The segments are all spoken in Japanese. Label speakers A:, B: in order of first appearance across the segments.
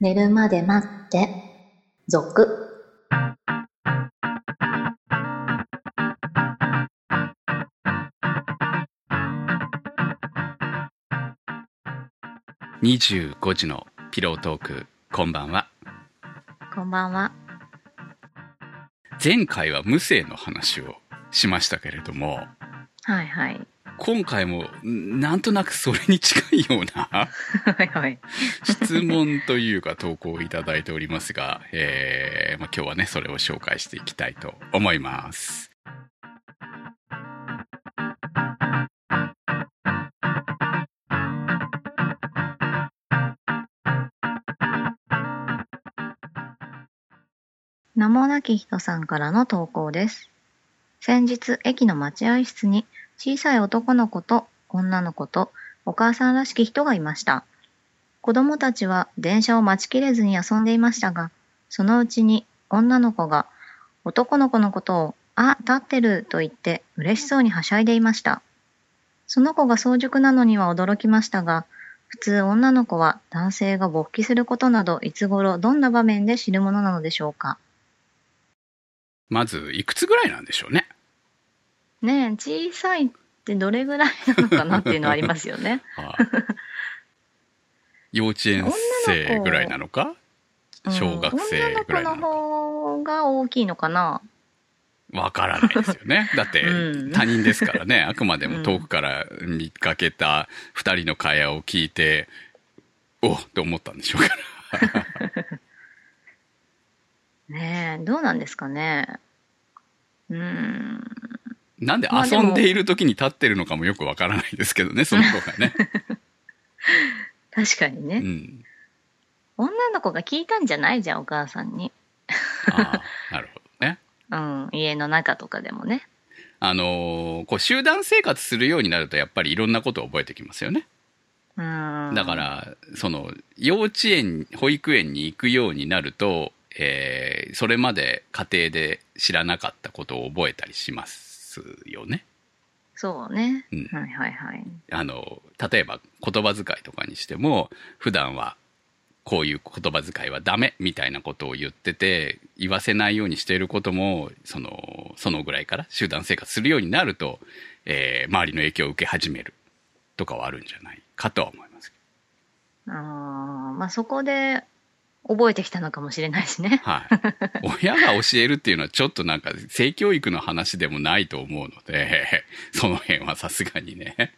A: 寝るまで待って、続。
B: 25時のピロートークこんばんは
A: こんばんは。
B: 前回は無声の話をしましたけれども
A: はいはい。
B: 今回もんなんとなくそれに近いような
A: はいはい。
B: 質問というか投稿をいただいておりますが、えーまあ、今日はねそれを紹介していきたいと思います
A: 名もなき人さんからの投稿です。先日、駅の待合室に小さい男の子と女の子とお母さんらしき人がいました。子供たちは電車を待ちきれずに遊んでいましたが、そのうちに女の子が男の子のことを、あ、立ってると言って嬉しそうにはしゃいでいました。その子が早熟なのには驚きましたが、普通女の子は男性が勃起することなどいつ頃どんな場面で知るものなのでしょうか
B: まずいくつぐらいなんでしょうね
A: ねえ小さいってどれぐらいなのかなっていうのはありますよ ね。
B: はい幼稚園生ぐらいなのか
A: うん
B: 小学生ぐらいな
A: 女の
B: の
A: 子の方が大きいのかな。
B: かわからないですよ ねだって
A: うん
B: 他人ですから ねあくまでも遠くから見かけた2人の会話を聞いておっと思ったんでしょう から
A: ねえどうなんですかね。うん
B: なんで
A: まあで
B: 遊
A: も
B: んでいる時に立ってるのかもよくわからないですけど ねその子がね、
A: 確かに
B: う
A: ね、
B: ん、
A: 女の子が聞いたんじゃないじゃんお母さんに。
B: ああなるほどね
A: うん家の中とかでもね。
B: あのーこう集団生活するようになるとやっぱりいろんなことを覚えてきますよね
A: うん
B: だから、その、幼稚園、保育園に行くようになると、えーそれまで家庭で知らなかったことを覚えたりしますよね。
A: そうね。
B: うん
A: はいはいはい。
B: あの、例えば言葉遣いとかにしても、普段はこういう言葉遣いはダメみたいなことを言ってて、言わせないようにしていることも、その、そのぐらいから集団生活するようになると、えー周りの影響を受け始めるとかはあるんじゃないかとは思いますけ
A: あーまあそこで覚えてきたのかもしれないしね。
B: ど。はい。親が教えるっていうのはちょっとなんか性教育の話でもないと思うので、その辺はさすがにね。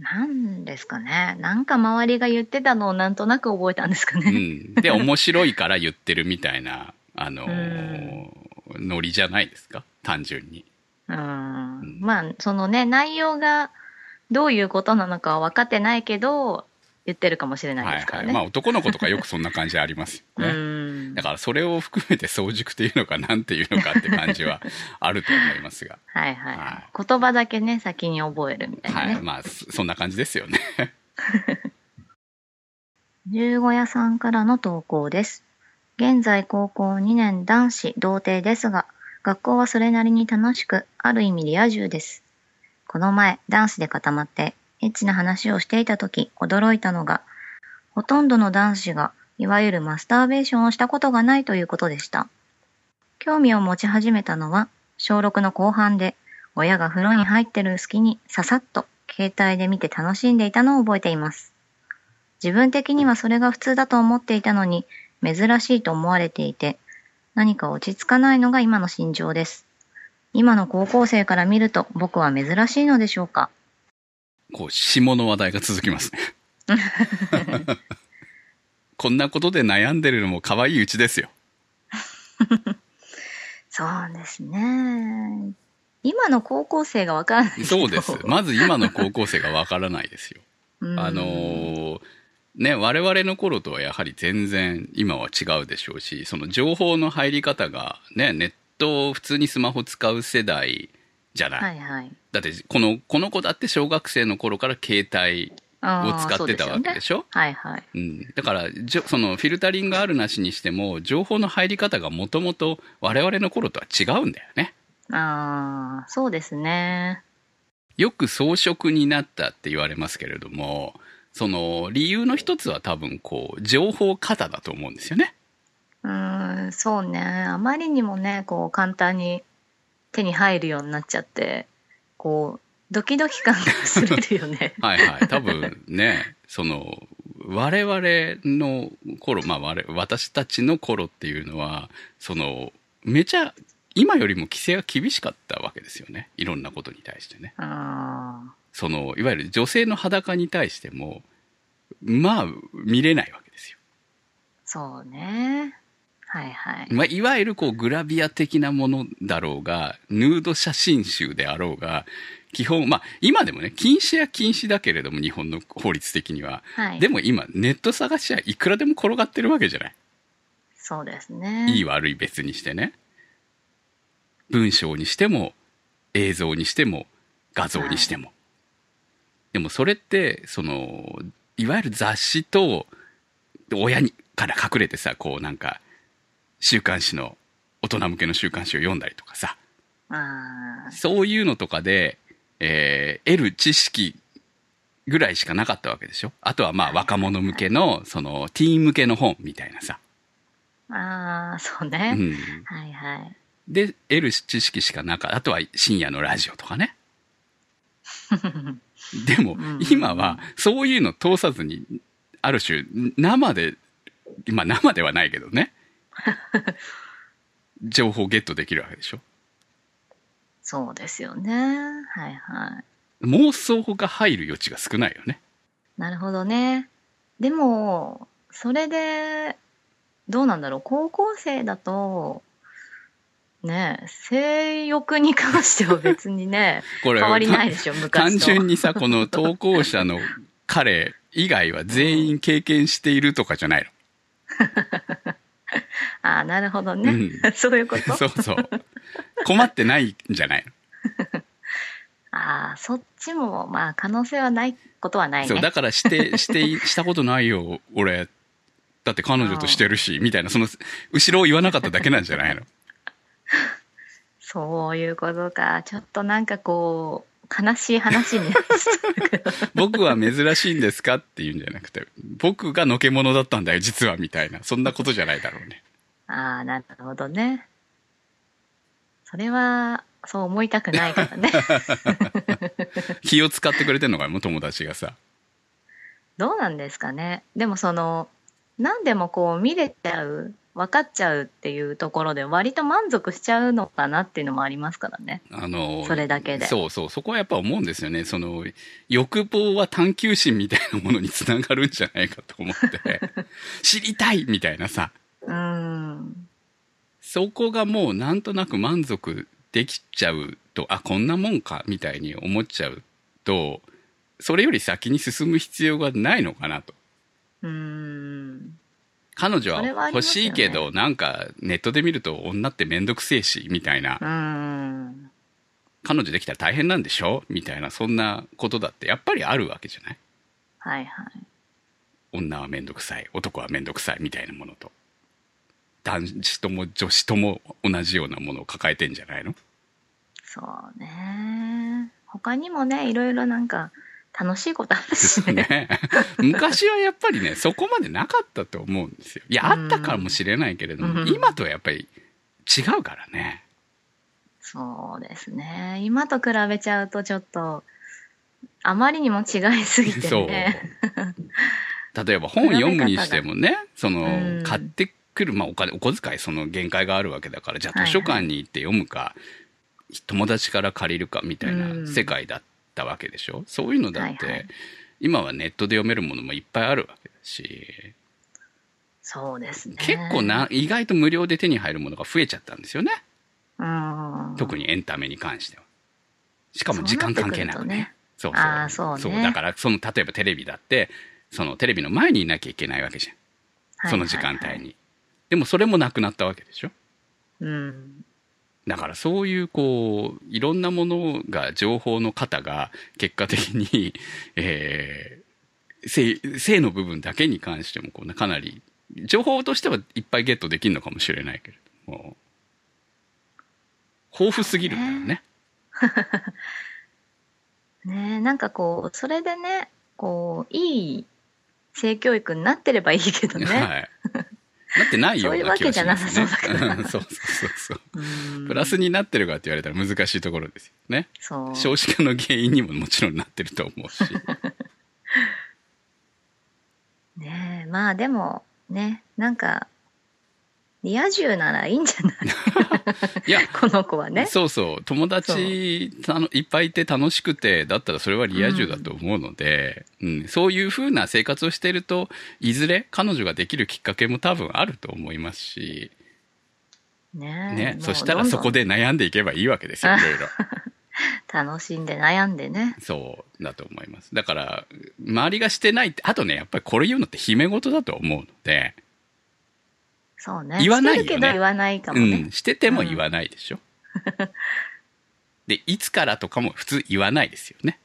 A: なんですかね。なんか周りが言ってたのをなんとなく覚えたんですか
B: う
A: ね。
B: ん、で面白いから言ってるみたいな、あのーノリじゃないですか単純に
A: うん。
B: ん
A: まあ、そのね、内容がどういうことなのかは分かってないけど、言ってるかもしれないですから
B: はいはいまあ
A: ね。
B: 男の子とかよくそんな感じありますよ
A: う
B: ね、
A: ん
B: だ。からそれを含めて早熟っていうのかなんていうのかって感じはあると思いますが、
A: はい はい
B: は
A: はい。言葉だけね、先に覚えるみたいな
B: は
A: ね。
B: いまあそそんな感じですよね
A: 十五屋さんからの投稿です。現在高校2年男子童貞ですが、学校はそれなりに楽しく、ある意味リア充です。この前、ダンスで固まって、エッチな話をしていた時、驚いたのが、ほとんどの男子が、いわゆるマスターベーションをしたことがないということでした。興味を持ち始めたのは、小6の後半で、親が風呂に入ってる隙に、ささっと、携帯で見て楽しんでいたのを覚えています。自分的にはそれが普通だと思っていたのに珍しいと思われていて何か落ち着かないのが今の心情です今の高校生から見ると僕は珍しいのでしょうか
B: こう下の話題が続き ますねこんなことで悩んでるのも可愛いうちですよ
A: そうですね今の高校生がわからない
B: そうですまず今の高校生がわからないですよあのーね、我々の頃とはやはり全然今は違うでしょうし、その情報の入り方が、ね、ネットを普通にスマホ使う世代じゃない。
A: はいはい
B: だって、この、この子だって小学生の頃から携帯を使ってたわけで
A: ょ
B: しょ
A: はいはい
B: うん、だからじょそのフィルタリングあるなしにしても情報の入り方がもともと我々の頃とは違うんだよね
A: ああそうですね
B: よく草食になったって言われますけれどもその理由の一つは多分こう情報過多だと思うんですよね。。
A: うーん、そうね。あまりにもね、こう、簡単に手に入るようになっちゃって、こう、ドキドキ感が薄れるよね
B: はいはい。多分ね、その、我々の頃、まあ我々、私たちの頃っていうのは、その、めちゃ、今よりも規制が厳しかったわけですよね。いろんなことに対してね。
A: あ
B: その、いわゆる女性の裸に対しても、まあ、見れないわけですよ。
A: ーそうね。はいはい。
B: まあ、いわゆるこうグラビア的なものだろうが、ヌード写真集であろうが、基本、まあ、今でもね、禁止や禁止だけれども、日本の法律的には。
A: はい。
B: でも今、ネット探しはいくらでも転がってるわけじゃない。
A: そうですね。
B: いい悪い別にしてね。文章にしても、映像にしても、画像にしても。でもそれって、その、いわゆる雑誌と、親にから隠れてさ、こうなんか、週刊誌の、大人向けの週刊誌を読んだりとかさ、
A: あー
B: そういうのとかで、えー得る知識ぐらいしかなかったわけでしょあとはまあ若者向けの、その、ティーン向けの本みたいなさ。
A: あー、そう
B: う
A: ね。
B: ん。
A: はいはい。
B: で、得る知識しかなかった。あとは深夜のラジオとかね。でも
A: ん、
B: 今は、そういうの通さずに、ある種、生で、今生ではないけど ね。情報ゲットできるわけでしょ。
A: そうですよね。はいはい。
B: 妄想が入る余地が少ないよね。
A: なるほどね。でも、それで、どうなんだろう。高校生だと、ねえ、性欲に関しては別にね、
B: これ、
A: 変わりないで
B: た
A: しょ、昔と。
B: 単純にさ、この投稿者の彼以外は全員経験しているとかじゃない
A: ああ、なるほどね。
B: う
A: そういうこと
B: の。そうそう。困ってないんじゃないの
A: ああ、そっちも、まあ、可能性はないことはない
B: そう、
A: ね。
B: だから して、して、したことないよ、俺。だって彼女としてるし、みたいな、その、後ろを言わなかっただけなんじゃないの
A: そういうことか。ちょっとなんかこう、悲しい話になってきたけど
B: 僕は珍しいんですかって言うんじゃなくて、僕がのけ者だったんだよ、実は、みたいな。そんなことじゃないだろう ね。
A: ああ、なるほどね。それは、そう思いたくないからね。
B: 気を使ってくれてんのかも、友達がさ。
A: どうなんですかね。でもその、何でもこう見れちゃう、分かっちゃうっていうところで割と満足しちゃうのかなっていうのもありますからね。
B: あの、
A: それだけで
B: そうそう、そこはやっぱ思うんですよね。その、欲望は探求心みたいなものにつながるんじゃないかと思 って、知りたいみたいなさ。
A: うーん。
B: そこがもうなんとなく満足できちゃうと、あ、こんなもんか、みたいに思っちゃうと、それより先に進む必要がないのかなと。
A: うーん。
B: 彼女は
A: それはあり
B: 欲
A: ますよね
B: しいけど、なんかネットで見ると女ってめんどくせえし、みたいな
A: う、ーん。
B: 彼女できたら大変なんでしょみたいな、そんなことだってやっぱりあるわけじゃない
A: はいはい。
B: 女はめんどくさい、男はめんどくさい、みたいなものと。男子とも女子とも同じようなものを抱えてんじゃないの
A: そうね。他にもね、いろいろなんか楽しいことあるし ね。
B: ね、昔はやっぱりねそこまでなかったと思うんですよいやあ
A: うん
B: ったかもしれないけれども、
A: うん
B: 今とはやっぱり違うからね
A: そうですね。今と比べちゃうとちょっと、あまりにも違いすぎて
B: そう
A: ね。
B: 例えば本読むにしてもねその、
A: うん
B: 買ってくる、まあ、お金お小遣いその限界があるわけだからじゃあ
A: はい
B: 図
A: はい
B: 書館に行って読むか、友達から借りるかみたいな世界だったわけでしょ、そういうのだって、
A: はいはい
B: 今はネットで読めるものもいっぱいあるわけだし
A: そうですね。
B: 結構な、意外と無料で手に入るものが増えちゃったんですよね。
A: うん。
B: 特にエンタメに関しては。しかも時間関係なくね。そうそう
A: なってくるとねあーそうね
B: だから、その、例えばテレビだって、そのテレビの前にいなきゃいけないわけじゃん。その時間帯に。
A: はいはいはい
B: でもそれもなくなったわけでしょ
A: うん。
B: だからそういうこう、いろんなものが、情報の方が、結果的に、 えー性、性の部分だけに関しても、こうな、かなり、情報としてはいっぱいゲットできるのかもしれないけれども、豊富すぎるんだよね。
A: ねえなんかこう、それでね、こう、いい性教育になってればいいけどね。
B: はい。なってないような気がします、ね。
A: そういうわけじゃなさそうだけど
B: そうそうそうそうう。
A: ん
B: プラスになってるかって言われたら難しいところですよね。
A: そう。
B: 少子化の原因にももちろんなってると思う し。
A: ねえ、まあでも、ね、なんか、リア充ならいいんじゃない
B: いや、
A: この子はね。
B: そうそう。友達たのいっぱいいて楽しくて、だったらそれはリア充だと思うので、うんそういう風な生活をしていると、いずれ彼女ができるきっかけも多分あると思いますし、
A: ねえ
B: ね
A: も、う
B: そしたら
A: どんど
B: そ
A: ん
B: こで悩んでいけばいいわけですよ、いろいろ。
A: 楽しんで悩んでね。
B: そうだと思います。だから、周りがしてないって、あとね、やっぱりこれ言うのって姫事だと思うので、
A: そうね。
B: 言わないよね
A: してるけど言わないかも
B: う
A: ね
B: ん、。してても言わないでしょ。で、いつからとかも普通言わないですよね。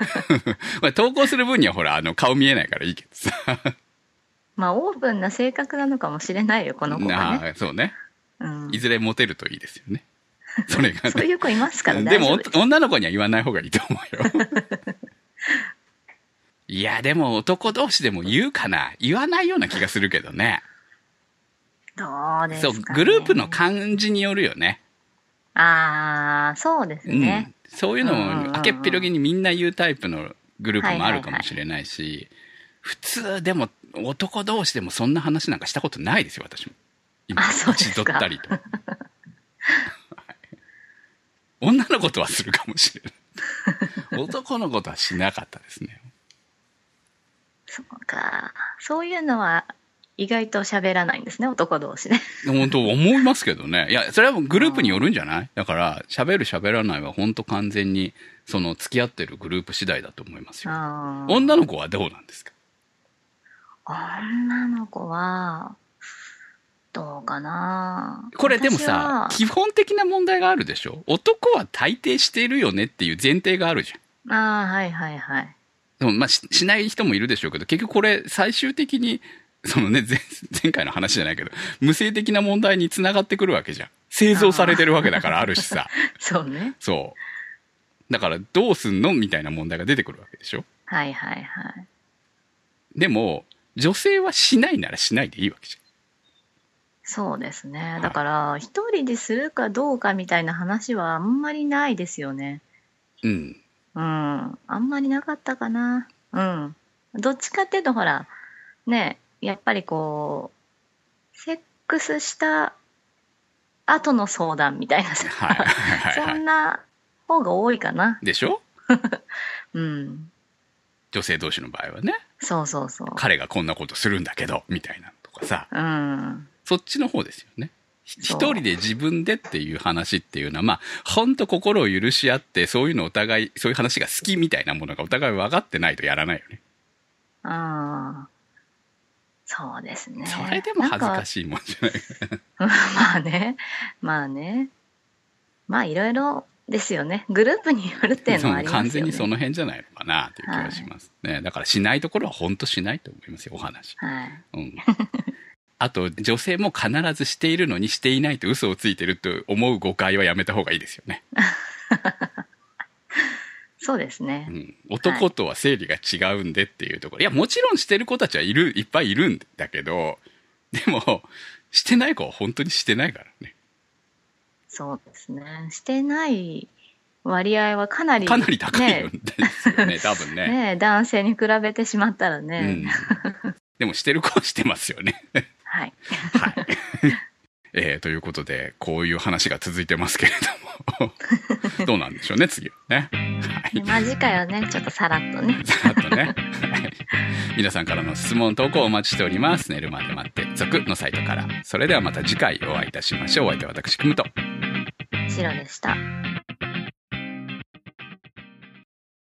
B: まあ投稿する分にはほら、あの、顔見えないからいいけどさ。
A: まあ、オープンな性格なのかもしれないよ、この子がね。
B: ああそうね。
A: うん
B: いずれモテるといいですよね。それが
A: そう
B: ね。
A: いう子いますから
B: で
A: 大丈
B: も
A: 夫です。
B: 女の子には言わない方がいいと思う よ。いや、でも男同士でも言うかな。言わないような気がするけどね。
A: どうです
B: そ
A: か、
B: う
A: ね、、
B: グループの感じによるよね。
A: ああ、そうです
B: うん。
A: ね。
B: そういうの
A: うんうんう
B: も、
A: ん
B: 明けっぴろげにみんな言うタイプのグループもあるかもしれないし、普通でも男同士でもそんな話なんかしたことないですよ、私も。今、
A: あそうですか
B: 足取ったり と。はい女の子とはするかもしれない。男の子とはしなかったですね。
A: そうか。そういうのは意外と喋らないんですね、男同士ね。
B: 本当思いますけどね。いや、それはもうグループによるんじゃないだから、喋る喋らないは本当完全に、その付き合ってるグループ次第だと思いますよ。
A: あー
B: 女の子はどうなんですか
A: 女の子は、どうかな。
B: これでも
A: 私
B: さ
A: は、
B: 基本的な問題があるでしょ男は大抵しているよねっていう前提があるじゃん。
A: ああ、はいはいはい。
B: でもまあししない人もいるでしょうけど、結局これ最終的に、そのね、前前回の話じゃないけど、無性的な問題につながってくるわけじゃん。製造されてるわけだからあるしさ。
A: そうね。
B: そう。だからどうすんのみたいな問題が出てくるわけでしょ
A: はいはいはい。
B: でも、女性はしないならしないでいいわけじ
A: そうですね
B: い。
A: だから、一人でするかどうかみたいな話はあんまりないですよね。
B: ゃん。うん。
A: うん。あんまりなかったかな。うん。どっちかっていうと、ほら、ね、やっぱりこう、セックスした後の相談みたいなさ、
B: はいはいは
A: そ
B: いは
A: んな方が多いかな。
B: い。でしょ
A: うん。
B: 女性同士の場合はね。
A: そうそうそう。
B: 彼がこんなことするんだけど、みたいなのとかさ。
A: うん。
B: そっちの方ですよね。ひ一
A: そう
B: 人で自分でっていう話っていうのは、まあ、ほんと心を許し合って、そういうのお互い、そういう話が好きみたいなものがお互い分かってないとやらないよね。
A: ああ。そうですね。
B: それでも恥ず
A: なん
B: かしいもんじゃない。
A: まあね、まあね。まあいろいろですよね。グループによるっていうのはあり
B: そ
A: ま
B: う
A: すよ
B: 完
A: ね。
B: 全にその辺じゃないのかなという気がしますね。だからしないところはほんとしないと思いますよ、お話。
A: はい。
B: うん。あと、女性も必ずしているのにしていないと嘘をついてると思う誤解はやめた方がいいですよね。
A: そうですね
B: う。ん、男とは生理が違うんでっていうところ、い、やもちろんしてる子たちはいるいっぱいいるんだけどでもしてない子は本当にしてないからね
A: そうですね。してない割合はかなり、
B: かなり高いん
A: ね
B: ですよね多分ね
A: ね男性に比べてしまったらね。
B: うん、でもしてる子はしてますよね
A: はい。
B: はい、えーということでこういう話が続いてますけれ どもどうなんでしょうね次はねはい
A: まあ次回はね、ちょっとさらっとね。
B: さらっとね。はい皆さんからの質問、投稿お待ちしております。寝るまで待って、続のサイトから。それではまた次回お会いいたしましょう。お相手は私、くむと。
A: 白でした。